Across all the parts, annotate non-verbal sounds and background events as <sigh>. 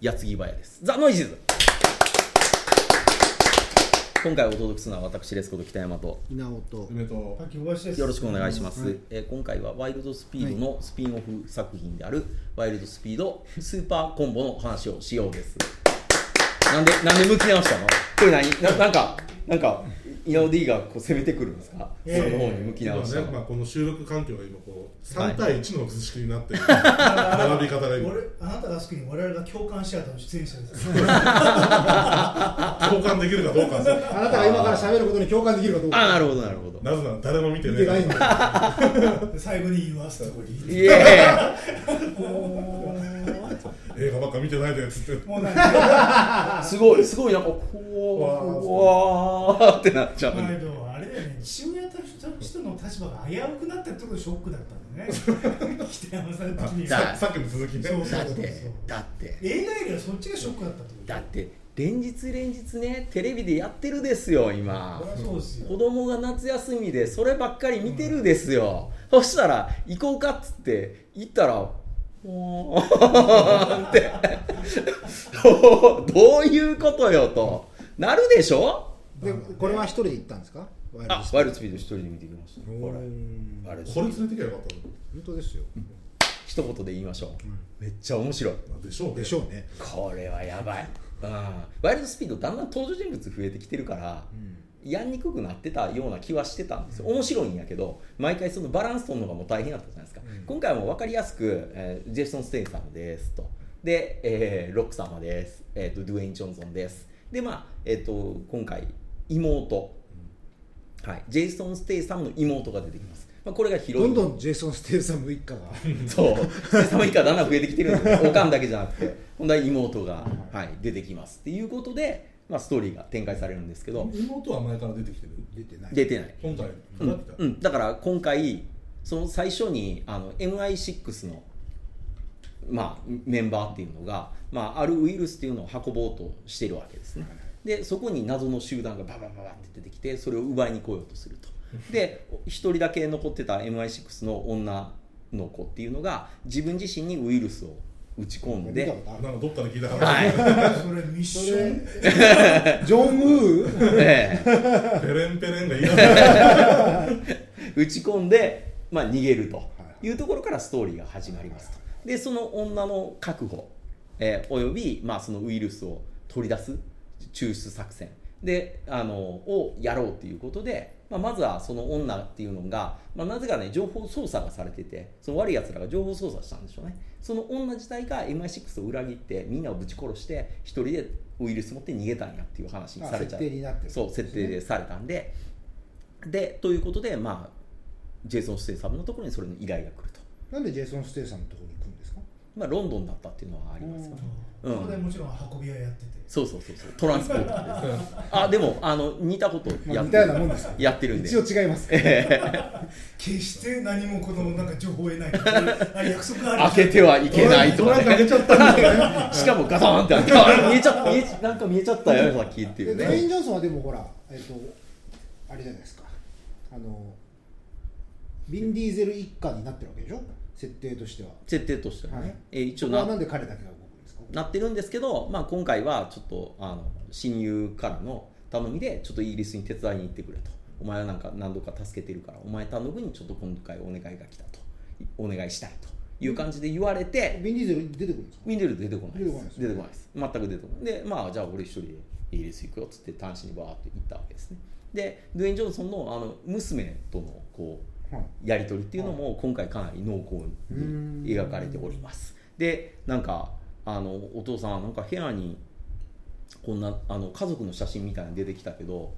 矢継ぎ早ですザ・ノイジーズ今回お届けするのは私レスコと北山と稲尾と梅とあ、希望しです。よろしくお願いします、はいえー今回はワイルドスピードのスピンオフ作品であるワイルドスピードスーパーコンボの話をしようですなんでなんで向き直したのこれ何ななんかなんかイナオ D がこう攻めてくるんですか、ええその方に向き直した今ね、まのあ、この収録環境が今こうはい3対1の図式になってる、並び方 <laughs> が今俺あなたが好きに我々が共感シアターの出演者です。共感できるかどう <laughs> かそうあなたが今から喋ることに共感できるかどうあかなるほどなるほどなぜなら誰も見て見ねてないんえだで最後に言わすとこに。イエ映画ばっか見てないでっつってもうなんかーイすごいすごいなんかこうわーってなっちゃう前のあれだよね。父親と人の立場が危うくなったってことでショックだったんだね。北山さん的にだは。 <laughs> ささっきの続きねそうそうだってだって映画よりはそっちがショックだったってこと。だって連日連日ねテレビでやってるですよ今そりゃそうですよ。子供が夏休みでそればっかり見てるですよ、そしたら行こうかっつって行ったらもうって <laughs> どういうことよとなるでしょでこれは一人で行ったんですかワイルドあスピワーイルドスピード一人で見てきましたドこうーれんあれこれ連れてきゃよかった本当ですよ一言で言いましょう、めっちゃ面白いのでしょうねでしょうねこれはやばい、うん、ワイルドスピードだんだん登場人物増えてきてるから、やんにくくなってたような気はしてたんですよ面白いんやけど毎回そのバランス取るのがもう大変だったじゃないですか、今回はもう分かりやすく、えージェフソン・ステイサムですとで、えーロック様です、えー、とドゥエイン・ジョンソンですでまあ、えー、と今回妹、はい、ジェイソン・ステイサムの妹が出てきます、まあ、これがヒロイどンんどんジェイソン・ステイサム一家が <laughs> そう、寒いからだんだん増えてきてるんですよ、 <laughs> おかんだけじゃなくて、ほんだら妹が、はい、出てきますっていうことで、まあ、ストーリーが展開されるんですけど、妹は前から出てきてる出てない出てない、本体うから来んた、うん、だから今回、その最初にあの MI6 の、まあ、メンバーっていうのが、まあ、あるウイルスっていうのを運ぼうとしてるわけですね。でそこに謎の集団がババババって出てきてそれを奪いに来ようとするとで1人だけ残ってた MI6 の女の子っていうのが自分自身にウイルスを打ち込ん見たでこ、とあなんかどっかで聞いた話、はいそれミッション。るジョン・ウーええペレンペレンが言い出した打ち込んで、まあ、逃げるというところからストーリーが始まりますとでその女の確保、えーおよび、まあ、そのウイルスを取り出す抽出作戦であのをやろうということで、まあ、まずはその女っていうのが、まあ、なぜかね情報操作がされててその悪いやつらが情報操作したんでしょうねその女自体が MI6 を裏切ってみんなをぶち殺して一人でウイルス持って逃げたんやっていう話にされちゃあ設う定になってるそう設定でされたんででということでまあジェイソン・ステイサムのところにそれの依頼が来ると、なんでジェイソン・ステイサムのところに行くんですかまあ、ロンドンだったっていうのはありますよねうんそこでもちろん運び屋やってて。そうそうそうそうトランスポーターです <laughs> あでもあの似たことまやあっ似てたる、ようなもんですよやってるんで一応違います決して何もこのなんか情報を得ない。あれ約束がある。開けて <laughs> はいけないとか、ね、しかもガタンって開けあれ見えちゃった見えちなんか見えちゃったよさっきっていでうドウェイねン・ジョンソンはでもほらえっ、とあれじゃないですかあのビン・ディーゼル一家になってるわけでしょ設定としては設定としてはね、はいえ一応ここはななんで彼だけが動くんですかなってるんですけど、まあ、今回はちょっとあの親友からの頼みでちょっとイギリスに手伝いに行ってくれとお前はなんか何度か助けてるからお前頼むにちょっと今回お願いが来たといお願いしたいという感じで言われて、ビン・ディーゼル出てくるんですかミンデル出てこないです出て出てここないです全く出てこないでまあじゃあ俺一人でイギリス行くよっつって単身にバーって行ったわけですねでドゥエイン・ジョンソンのあの娘とのこうはいやり取りっていうのも今回かなり濃厚に描かれておりますでなんかあのお父さんなんか部屋にこんなあの家族の写真みたいなの出てきたけど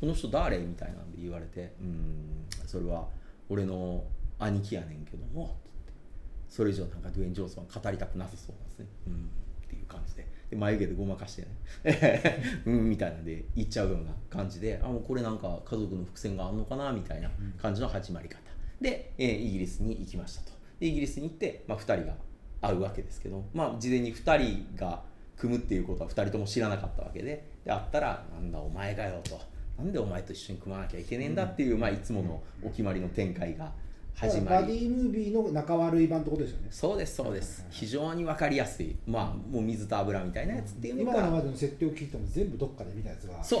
この人誰みたいなんで言われて「うーんそれは俺の兄貴やねんけども」それ以上なんかドゥエイン・ジョンソンは語りたくなさそうなんですね。うんっていう感じでで眉毛でごまかしてね <laughs> うんみたいなんで言っちゃうような感じであもうこれなんか家族の伏線があんのかなみたいな感じの始まり方で、えーイギリスに行きましたとでイギリスに行って、まあ、2人が会うわけですけど、まあ、事前に2人が組むっていうことは2人とも知らなかったわけでで会ったら「なんだお前がよ」と「なんでお前と一緒に組まなきゃいけねえんだ」っていう、まあ、いつものお決まりの展開が始まバデりィムービーの仲悪い版ってことですよねそうですそうです非常に分かりやすいまあもう水と油みたいなやつっていうの今がのまでの設定を聞いても全部どっかで見たやつがそう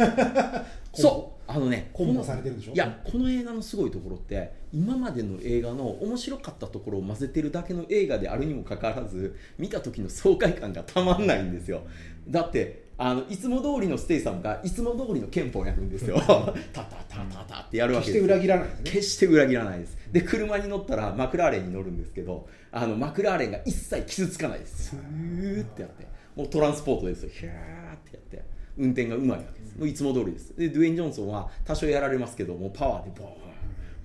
<laughs> そうあのねコンボのされてるでしょいやこの映画のすごいところって今までの映画の面白かったところを混ぜてるだけの映画であるにもかかわらず見た時の爽快感がたまんないんですよだってあのいつも通りのステイさんがいつも通りの憲法をやるんです <laughs> よタタタタタってやるわ決けしでてすよ裏切らないですね決して裏切らないですで車に乗ったらマクラーレンに乗るんですけどあのマクラーレンが一切傷つかないですスーってやってもうトランスポートですよヒャーってやって運転がうまいわけですもういつも通りですでドゥエイン・ジョンソンは多少やられますけどもうパワーでボーン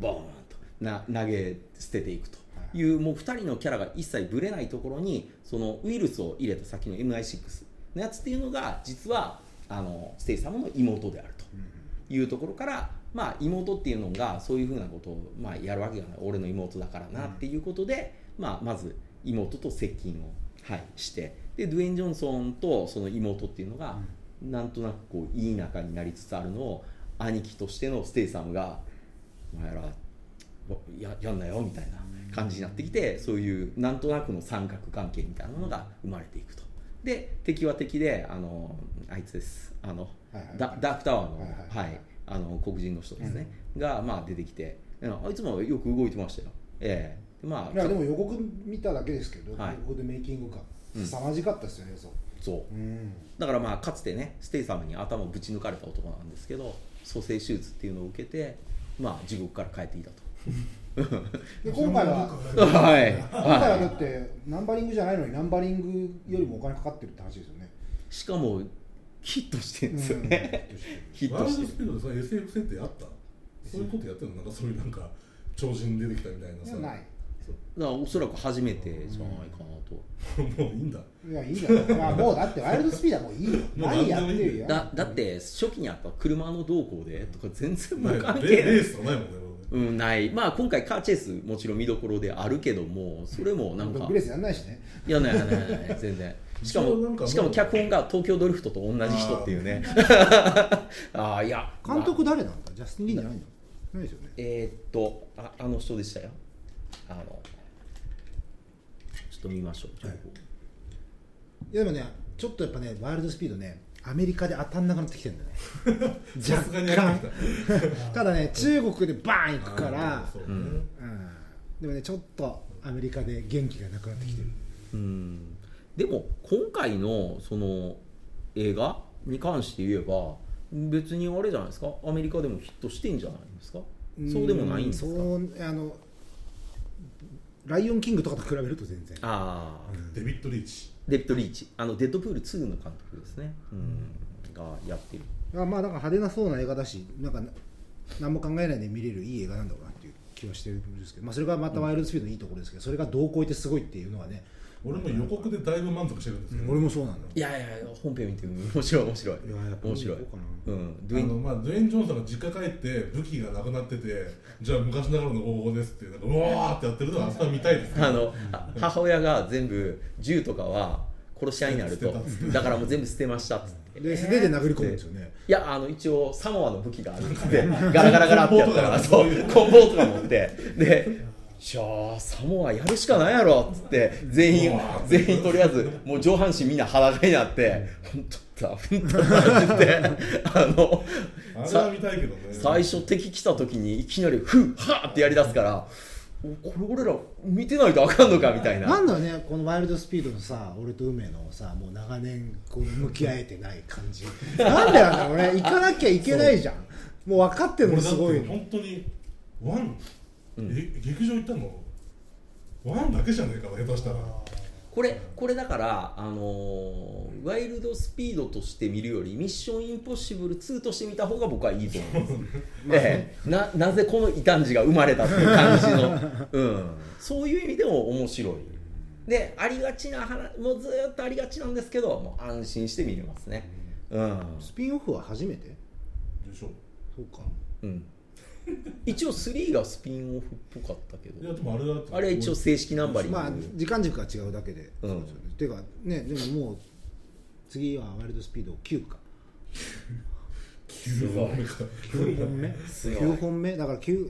ボーンとな投げ捨てていくというもう2人のキャラが一切ぶれないところにそのウイルスを入れた先の MI6 のやつっていうのが実はあのステイ様の妹であると。いうところから、まあ、妹っていうのがそういうふうなことを、まあ、やるわけがない俺の妹だからなっていうことで、まあ、まず妹と接近を、はい、してでドゥエイン・ジョンソンとその妹っていうのが、なんとなくこういい仲になりつつあるのを兄貴としてのステイサムが「お前らややんなよ」みたいな感じになってきてそういうなんとなくの三角関係みたいなものが生まれていくと。で敵は敵であのあいつですあの、はいはいダダークタワーの、はいははいいあの黒人の人ですね、が、まあ、出てきてうんあいつもよく動いてましたよ。ええまあいやでも予告見ただけですけど、はい予告でメイキング感うん凄まじかったですよ映像そううんだからまあかつてねステイ様に頭をぶち抜かれた男なんですけど蘇生手術っていうのを受けてまあ地獄から帰っていた <laughs> とで今回ははい <laughs> 今回はだはってナンバリングじゃないのにナンバリングよりもお金かかってるって話ですよねいしかもヒットしてるんですよね、うヒッワートルしてるドスピードでさ SF 設定あったそういうことやってんのなんかそういうなんか超人出てきたみたいなんいさやない <laughs> だからおそらく初めてじゃないかなと <laughs> もういいんだいやいいじゃんまあもうだってワイルドスピードはもういいよもう何やって何でもいるいよよだだって初期にあった車の動向でとか全然もなうい関レ係なレーいスとかないもんねうん、ないまあ今回カーチェイスもちろん見どころであるけどもそれもなんかグレースやんないしねいやないやないやない全然しか一応なもんかもうしかも脚本が東京ドリフトと同じ人っていうね <laughs> ああいや監まあ督誰なんだジャスティン・リーじゃないのないですよねえーっとああの人でしたよあのちょっと見ましょう情報、いやでもねちょっとやっぱねワイルドスピードねアメリカで当たんなくなってきてるんだよね <laughs> さすがにやってきただね中国でバーン行くたからそうねうんうんでもねちょっとアメリカで元気がなくなってきてるうんでも今回のその映画に関して言えば別にあれじゃないですかアメリカでもヒットしてんじゃないですかそうでもないんですかうんそうあのライオンキングとかと比べると全然ああ、デビッド・リーチデッドリーチあのデッドプール2の監督ですね、うん、がやってるあまあなんか派手なそうな映画だしなんかな何も考えないで見れるいい映画なんだろうなっていう気はしてるんですけど、まあ、それがまたワイルドスピードのいいところですけどそれがどう超えてすごいっていうのはね、俺も予告でだいぶ満足してるんですけど、俺もそうなんだいやいや本編見て面白い面白いいややっぱ面白い見に行こううんあドゥインのまあ、ドゥエイン・ジョンソンが実家帰って武器がなくなっててじゃあ昔ながらの方法ですってなんかうわーってやってるのが明日見たいですあのあ母親が全部銃とかは殺し合いになると捨てたっつだからもう全部捨てましたっつってで素手で殴り込むんですよね、いやあの一応サモアの武器があるんでガラガラガラってやった <laughs> からそ棍棒とかうコンボとか持ってでじゃあサモアやるしかないやろっつって全員うわ全員とりあえずもう上半身みんな裸になって本当だ本当だって言ってあのあれは見たいけどね最初敵来た時にいきなりフッハーってやりだすからおこれ俺ら見てないとあかんのかみたいななんだろうねこのワイルドスピードのさ俺と梅のさもう長年こう向き合えてない感じなんでなんだろうね行かなきゃいけないじゃんもう分かってる俺のだっすてごいの本当にワン、え劇場行ったのワンだけじゃねえかな下手したらこれこれだから、あのーワイルドスピードとして見るよりミッションインポッシブル2として見た方が僕はいいと思います、ええななぜこの異端児が生まれたっていう感じの、 <laughs> うん、そういう意味でも面白いでありがちな話もうずーっとありがちなんですけどもう安心して見れますねうん、スピンオフは初めてでしょそうかうん、一応3がスピンオフっぽかったけいやどでもあれだってあれは一応正式ナンバリング、まあ時間軸が違うだけで、うんそうですよねていうかねでももう次はワイルドスピード9か9本目か <laughs> 9本目9本目だから 9,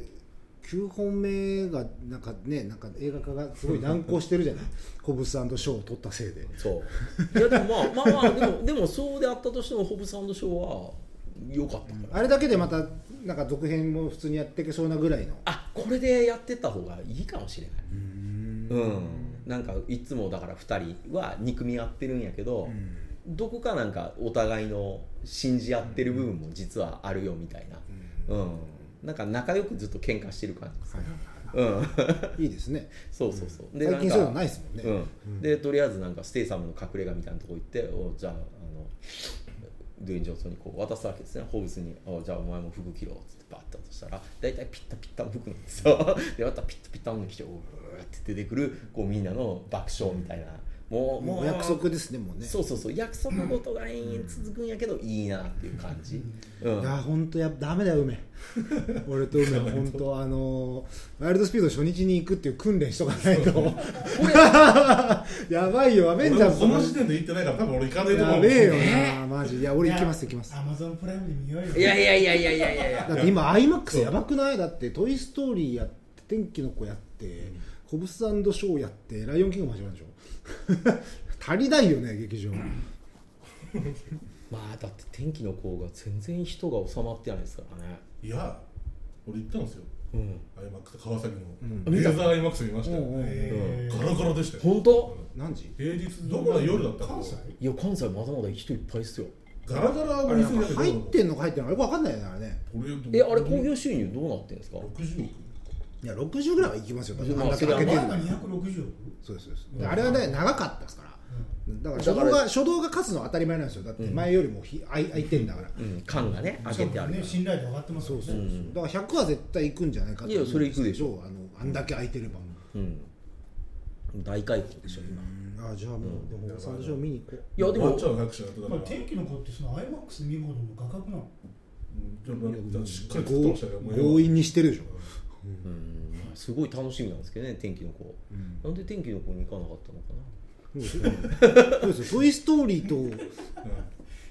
9 9本目がなんかねなんか映画化がすごい難航してるじゃないホブスショーを取ったせいでそういやでもまあまあまあでもでもそうであったとしてもホブサンドショーは良かったから、あれだけでまたなんか続編も普通にやっていけそうなぐらいのあこれでやってった方がいいかもしれないうん、なんかいつもだから2人は憎み合ってるんやけど、どこかなんかお互いの信じ合ってる部分も実はあるよみたいな、うんなんか仲良くずっと喧嘩してる感じです、はういはいん、 <laughs> はいいいですねそうそうそう最近そういうのないいですもんね、うん、でとりあえずなんかステイサムの隠れ家みたいなとこ行っておじゃああのドゥエン・ジョンソンにこう渡すわけですねホーブスに「おじゃあお前も服着ろ」っつってバッて渡したら大体ピッタピッタの服なんですよ <laughs> でまたピッタピッタの服着て「おう」って出てくるこうみんなの爆笑みたいな、もうもうお約束ですねもうねそうそうそう約束事が延々続くんやけどいいなっていう感じ、うんいや本当やダメだよ梅俺と梅は <laughs> 本当あのーワイルドスピード初日に行くっていう訓練しとかないと <laughs> やばいよアベンジャー俺ズこの時点で行ってないから多分俺行かないと思うやべえよねなマジいや俺行きます行きますアマゾンプライムで見ようよいやいやいやいやいやいやいやだって今 IMAX やばくないだって「トイ・ストーリー」やって「天気の子」やって「コブスショー」やって「ライオンキング」も始まるでしょ <laughs> 足りないよね劇場まあだって天気の子が全然人が収まってないですからねいや俺行ったんですようんアイマックス川崎うんのレーザーアイマックス見ましたようんうんえーガラガラでしたよ本当何時平日どこまで夜だったか関西いや関西まだまだ人いっぱいっすよガラガラあのれ店だけど入ってんのか入ってんのかよく分かんないよねあれねえあれ興行収入どうなってんですか60億いや60ぐらいは行きますよだってまああんだけそれは開けて前んがだ260億そうですそうですであれはね長かったですからだかだら初か動らが初動が勝つのは当たり前なんですよだって前よりもひあい空いてんだからうん缶がね開けてあるねから信頼度上がってますそもんうねそうそうだから100は絶対行くんじゃないかと思うんいやそれ行くでしょすけどあのあんだけ空いてればうん大開放でしょ今あじゃあもうでもサンドショー見に行こういやでワもンチャン拍手だっただかまあ、ら天気の子ってその IMAX 見るほどの画角なのうんじゃあしっかり作ってましたけどもう強引にしてるでしょうんすごい楽しみなんですけどね天気の子なんで天気の子に行かなかったのかなそうですよそうですよトイ・ストーリーと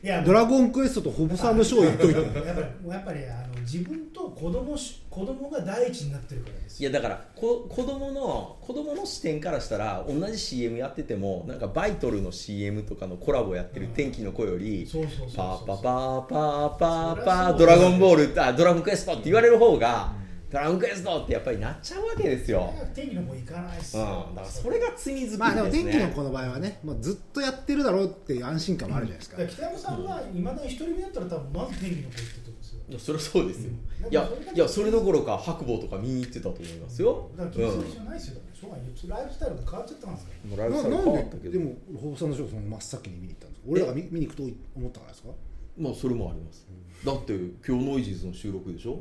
いやドラゴンクエストとホブサンドショー行っといてやっぱりやっぱりあの自分と子供し子供が第一になってるからですいよやだからこ子供の子供の視点からしたら同じ CM やっててもなんかバイトルの CM とかのコラボやってる天気の子よりそうそうそうそうパーパーパーパーパーパードラゴンボールあドラゴンクエストって言われる方がドラゴンクエストってやっぱりなっちゃうわけですよ天気の子行かないっすうん、だよ、からそれが罪作りですね。 <laughs> まあでも天気の子の場合はねもうずっとやってるだろうっていう安心感もあるじゃないですだかから北山さんがいまだに一人目だったら多分まず天気の子行ってると思うんですよいやそれはそうですよ。うんいやいやそれどころか白鵬とか見に行ってたと思いますよ。だから気にする必要ないですよ、だからしょうがないライフスタイルが変わっちゃったんですからうん。もうライなブサイなド変わったんけでど。でもホブサンドショーその真っ先に見に行ったんですか俺らが見見に行くと思ったからですかまあそれもあります。だって今日ノイジーズの収録でしょ。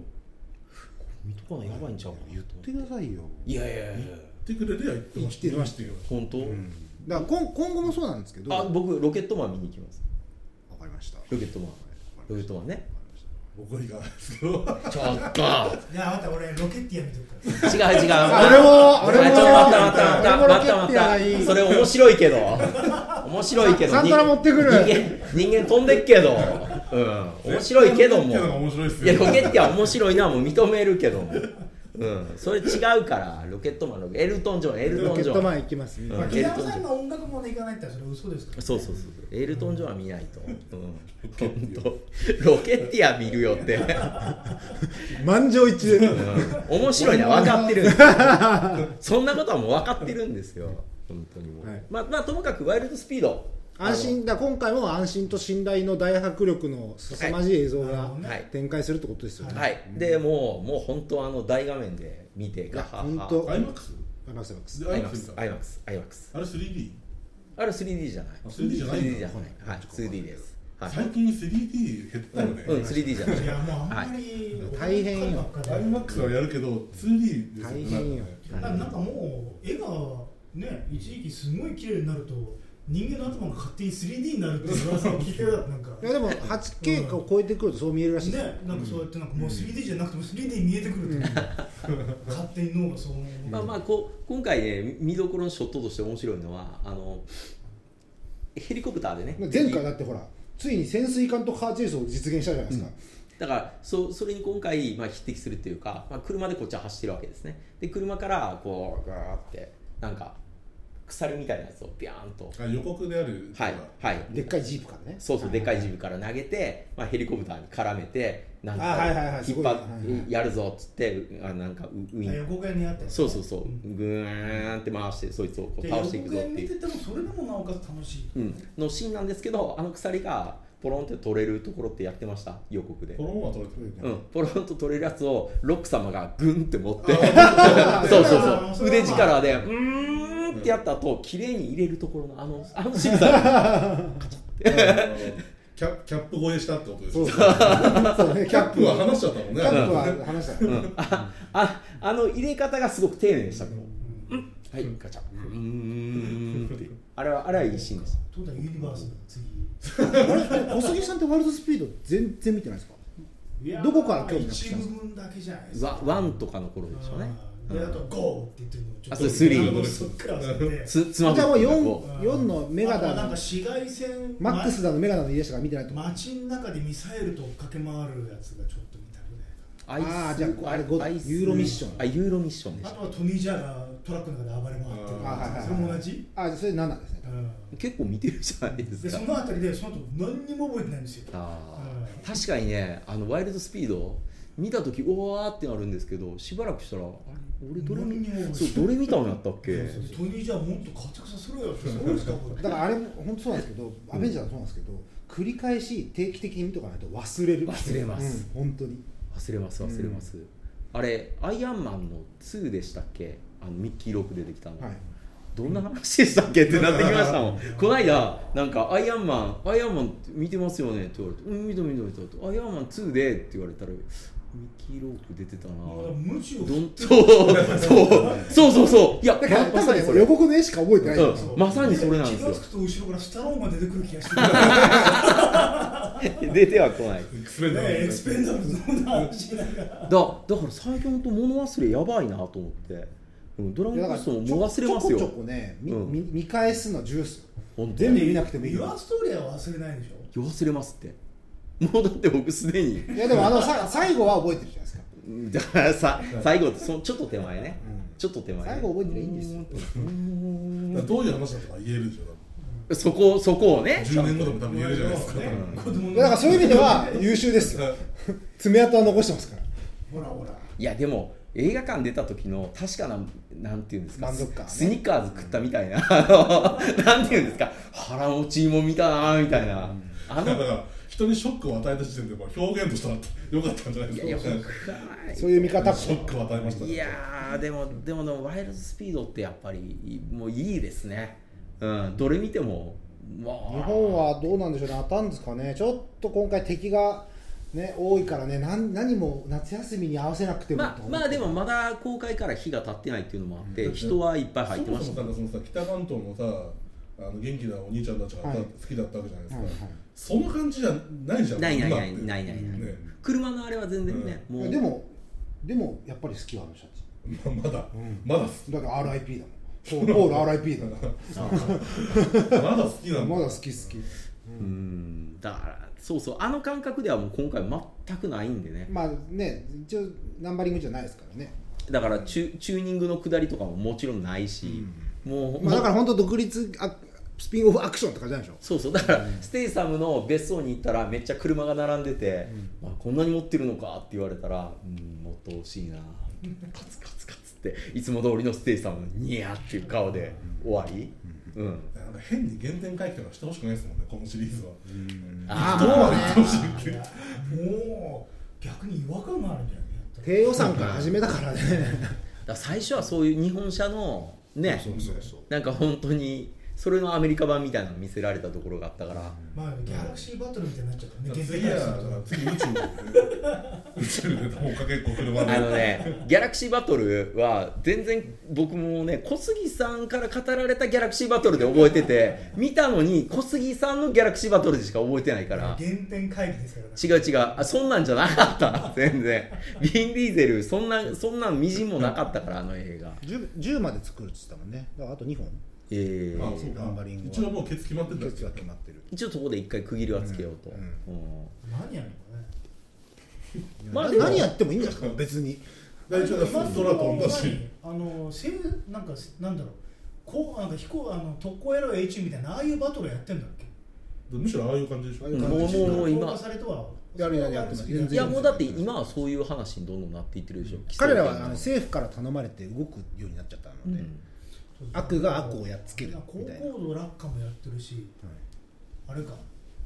これ見とかないやばいんちゃうかな。言ってくださいよいやいやいやいや。行ってくれりゃ行ってまし行たってましたよ本当。だから今今後もそうなんですけどあわか僕ロケットマン見に行きます。りましたロケッ <laughs> トマン。わかロりケッましたトマンね。僕は行かないですけどちょっと。いや、また俺、ロケッティア見てるから。違う違う。あれもあれもちょっと待った待った待ったあれもロケッ待トやったい待った。それ面白いけど。面白いけど。サントラ持ってくる人間人間飛んでっけど。うん。面白いけども。ロケットやのが面白いっすいやよロケットは面白いのはもう認めるけども。うん。それ違うからロケットマンのエルトンジョンエルトロンケジッョトン。マン行きますみんなうまあ、ん北山さんが音楽もね行かないってのはそれ嘘ですから。そうそうそう。エルトン・ジョンは見ないと。うん。本当。ロケッティア見るよって。満場一致でうん面白いのは分かってるん <laughs> ですそんなことはもう分かってるんですよ本当にもう、はいまあまあともかくワイルドスピード安心だ今回も安心と信頼の大迫力の凄まじい映像がはいはい展開するってことですよあね。のはいでもうもう本当あの大画面で見てガッハッハ本当アイマックスアイマックスアイマックスアアイイマッマッククススあアイマックスアイマックれス 3D? あれ 3D じゃないあ 3D じゃないん 3D だじゃないはい 2D ですはい最近 3D 減ったよね、うん 3D じゃないいや、もうあんまり、大変よばっかアイりマックスはやるけど 2D ですよ大変よだからなんかもう、絵がね、一時期すごい綺麗になると、人間の頭が勝手に 3D になるっていう噂を聞いてた、なんか。いやでも 8K を超えてくるとそう見えるらしいですよ、ね、なんかそうやってなんかもう 3D じゃなくても 3D 見えてくるっていう勝手に脳がそう思う、まあまあこう今回ね見どころのショットとして面白いのはあのヘリコプターでね前回だってほらついに潜水艦とカーチェイスを実現したじゃないですか、だからそそれに今回、まあ、匹敵するっていうか、まあ、車でこっちは走ってるわけですねで車からこうガーってなんか鎖みたいなやつをビャーンとあ予告であるはいはいでっかいジープからねそうそうでっかいジジムから投げて、まあ、ヘリコプターに絡めてなんかあはいはいはい引っすごいは張っやるぞっつってあなんかウウイン横側にあってそうそうそううんグーンって回してそいつをこうで倒していく横ぞっ側て見いうててもそれでもなおかつ楽しいうん、のシーンなんですけどあの鎖がポロンって取れるところってやってました予告でこ。のまま取れてうるん、ポロンと取れるやつをロック様がグンって持ってあそうそうあーそそうれは腕力でうーんってやった後綺麗に入れるところのあのあのシーン <laughs> さあの <laughs> キャキャップ越えしたってことですそうねそうそうねキャップは離しちゃったもキんねャップは話したよあああの入れ方がすごく丁寧でしたもう、うん、はいガチャうーんっていうあれはあれはいいシーンですそうだユニバースの次あれ小杉さんってワールドスピード全然見てないですかいやーどこから興味なくし一たんです部か分だけじゃないですかワワンとかの頃でしょうねあーであとゴーって言ってるのをちょっとあそれスリーそっから遊んでつつまじゃあもうぶってこう 4, 四のメガあとダなんのか紫外線マックスだのメガダの家しか見てないと思う街の中でミサイルと追っかけ回るやつがちょっと見たくアないイスあーじゃああれゴアイスユーロミッションあユーロミッションでなしあたとはトニー・ジャーがトラックの中で暴れ回ってるあはいはいはいそれも同じ、あそれ7ですねうん結構見てるじゃないでですそかのあたりでその後何にも覚えてないんですよあうんー確かにねあのワイルドスピード見た時おわーってなるんですけどしばらくしたらあれ俺どれ何にも覚えてそないどうれ見たのやったっけそうそうトニー・ジャーもっと活躍させろよってそうですかこれだからあれも本当そうなんですけど、アベンジャーもそうなんですけど、繰り返し定期的に見とかないと忘れる。忘れます。うん、本当に。忘れます忘れます、あれアイアンマンの2でしたっけあのミッキー・ローク出てきたの、はい。どんな話でしたっけってなってきましたもんこの間なんか「アイアンマンアイアンマン見てますよね」って言われて「うん見た見た見た」って「アイアンマン2で」って言われたらミキーローク出てたなもうだから無知をどんそうそうそうそうそういやだから、ま多さ分にねそ予れ告の絵しか覚えてない。うんそうまさにそれなんですよ気がつくと後ろからスタローンが出てくる気がしてく <laughs> 出てはこないエクスペ <laughs> るンダねーエクスペンダブルズの話しながらだだから最近本当物忘れやばいなと思って、うん、ドラゴンクエストももう忘れますちょこちょよこね、みうんみ見返すの重視。本当全部に見なくてもいいユアよ。ストーリアは忘れないでしょ忘れますって <laughs> もうだって僕すでにいや、でも、あの、さ、最後は覚えてるじゃないですか。だからさ最後そのちょっと手前ね、ちょっと手前ね最後覚えてりゃいいんですようーんーどういう話だったか言えるでしょそこそこをね10年後でも多分言えるじゃないですかね子供のだから、そういう意味では優秀ですよ。爪痕は残してますから。ほらほらいやでも映画館出た時の確かななんていうんですか満足感ねスニッカーズ食ったみたいな、 <laughs> あのなんていうんですか腹持ちも見たなみたいな、あだか <laughs> のら人にショックを与えた時点でまあ表現としては良かったんじゃないいでやいやすか僕そういう見方も。ショックを与えましたねいやーでもでもでもワイルドスピードってやっぱりもういいですねうんどれ見てもまあ日本はどうなんでしょうね、当たんですかね、ちょっと今回、敵が、ね、多いからね、なん何も夏休みに合わせなくてもまあ、まあでも、まだ公開から日が経ってないっていうのもあって、人はいっぱい入そってまもしそもたなんかそのさ北関東のさあの元気なお兄ちゃんたちがはい好きだったわけじゃないですか、はいはいその感じじゃないじゃんないない今っなていないないない、ね車のあれは全然ね、もうでも、でもやっぱり好きはあの人たち。ま <laughs> まだ、まだだって <laughs> RIP だもん。ポールポール RIP だもん。まだ好きなんだまだ好き好き。うんだからそうそうあの感覚ではもう今回全くないんでねまあね、一応ナンバリングじゃないですからね。だからチュチューニングの下りとかももちろんないし、もう、まあ、だから本当独立あスピンオフアクションって感じなんでしょ。そうそうだからステイサムの別荘に行ったらめっちゃ車が並んでて、まあ、こんなに持ってるのかって言われたら、うん、もっと欲しいなカツカツカツっていつも通りのステイサムのニヤっていう顔で終わり、うん、なんか変に原点回帰とかしてほしくないですもんねこのシリーズはあどうまでいってほしいっていやもう逆に違和感があるんじゃないやったら低予算から始めたからね。 <laughs> だから最初はそういう日本車のねそうそうそう。なんか本当にそれのアメリカ版みたいなの見せられたところがあったから、まあギャラクシーバトルみたいになっちゃったね。次は次宇宙 <laughs> で、宇宙でもうかけっこ車であのね、ギャラクシーバトルは全然僕もね小杉さんから語られたギャラクシーバトルで覚えてて見たのに小杉さんのギャラクシーバトルでしか覚えてないから原点回帰ですからね。違う違うあそんなんじゃなかった全然ビン・ディーゼルそんなそんなんみじんもなかったからあの映画 10, 10まで作るって言ってたもんね。だからあと2本。えあー、そうかナンバリングは一応もうケツ決まってんだ決は決まってる。一応そこで一回区切りはつけようと、うんうん何やるのかね。まあでも何やってもいいんじゃないですか別に大丈夫です今のとこ空ろ飛んだし何あのセブなんかなんだろうこうなんか飛行あの特攻やろう H みたいなああいうバトルやってんだっけむしろああいう感じでしょ、ああういもうう感じもうもう高架今されてはやるやるやってます全然いやもうだって今はそういう話にどんどんなっていってるでしょ彼らはあの規制政府から頼まれて動くようになっちゃった権の限うで、ん悪が悪をやっつけるみ高たいな高度落下もやってるしはいあれか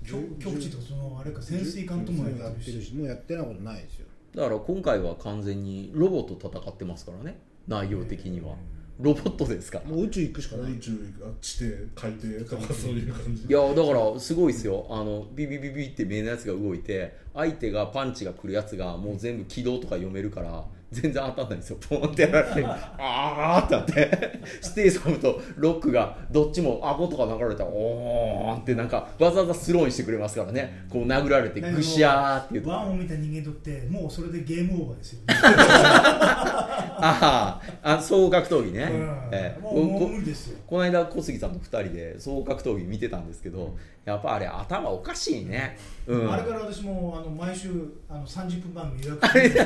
じ極ゅ極地とかそのあれか潜水艦ともややっっててるるししもうやってないことないですよだから今回は完全にロボと戦ってますからね内容的にはロボットですからもう宇宙行くしかない宇宙あ地底海底とかそういう感いじやだからすごいですよあのビビビビって目のやつが動いて相手がパンチが来るやつがもう全部軌道とか読めるから全然当たんないんですよポンってやられてあーってなってステイサムとロックがどっちも顎とか流れたらおーんってなんかわざわざスローにしてくれますからねこう殴られてぐしゃーっていうとこワンを見た人間にとってもうそれでゲームオーバーですよねあーあ総格闘技ね、うん <laughs> ええもうもこう無理ですよこの間小杉さんと2人で総格闘技見てたんですけど、やっぱあれ頭おかしいね、うん、あれから私もあの毎週あの30分番組予約して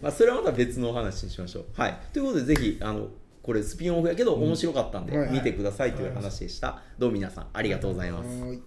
まあ、それはまた別のお話にしましょう。はい、ということでぜひあのこれスピンオフやけど面白かったんではい見てくださいという話でした。どうも皆さんありがとうございます。はーい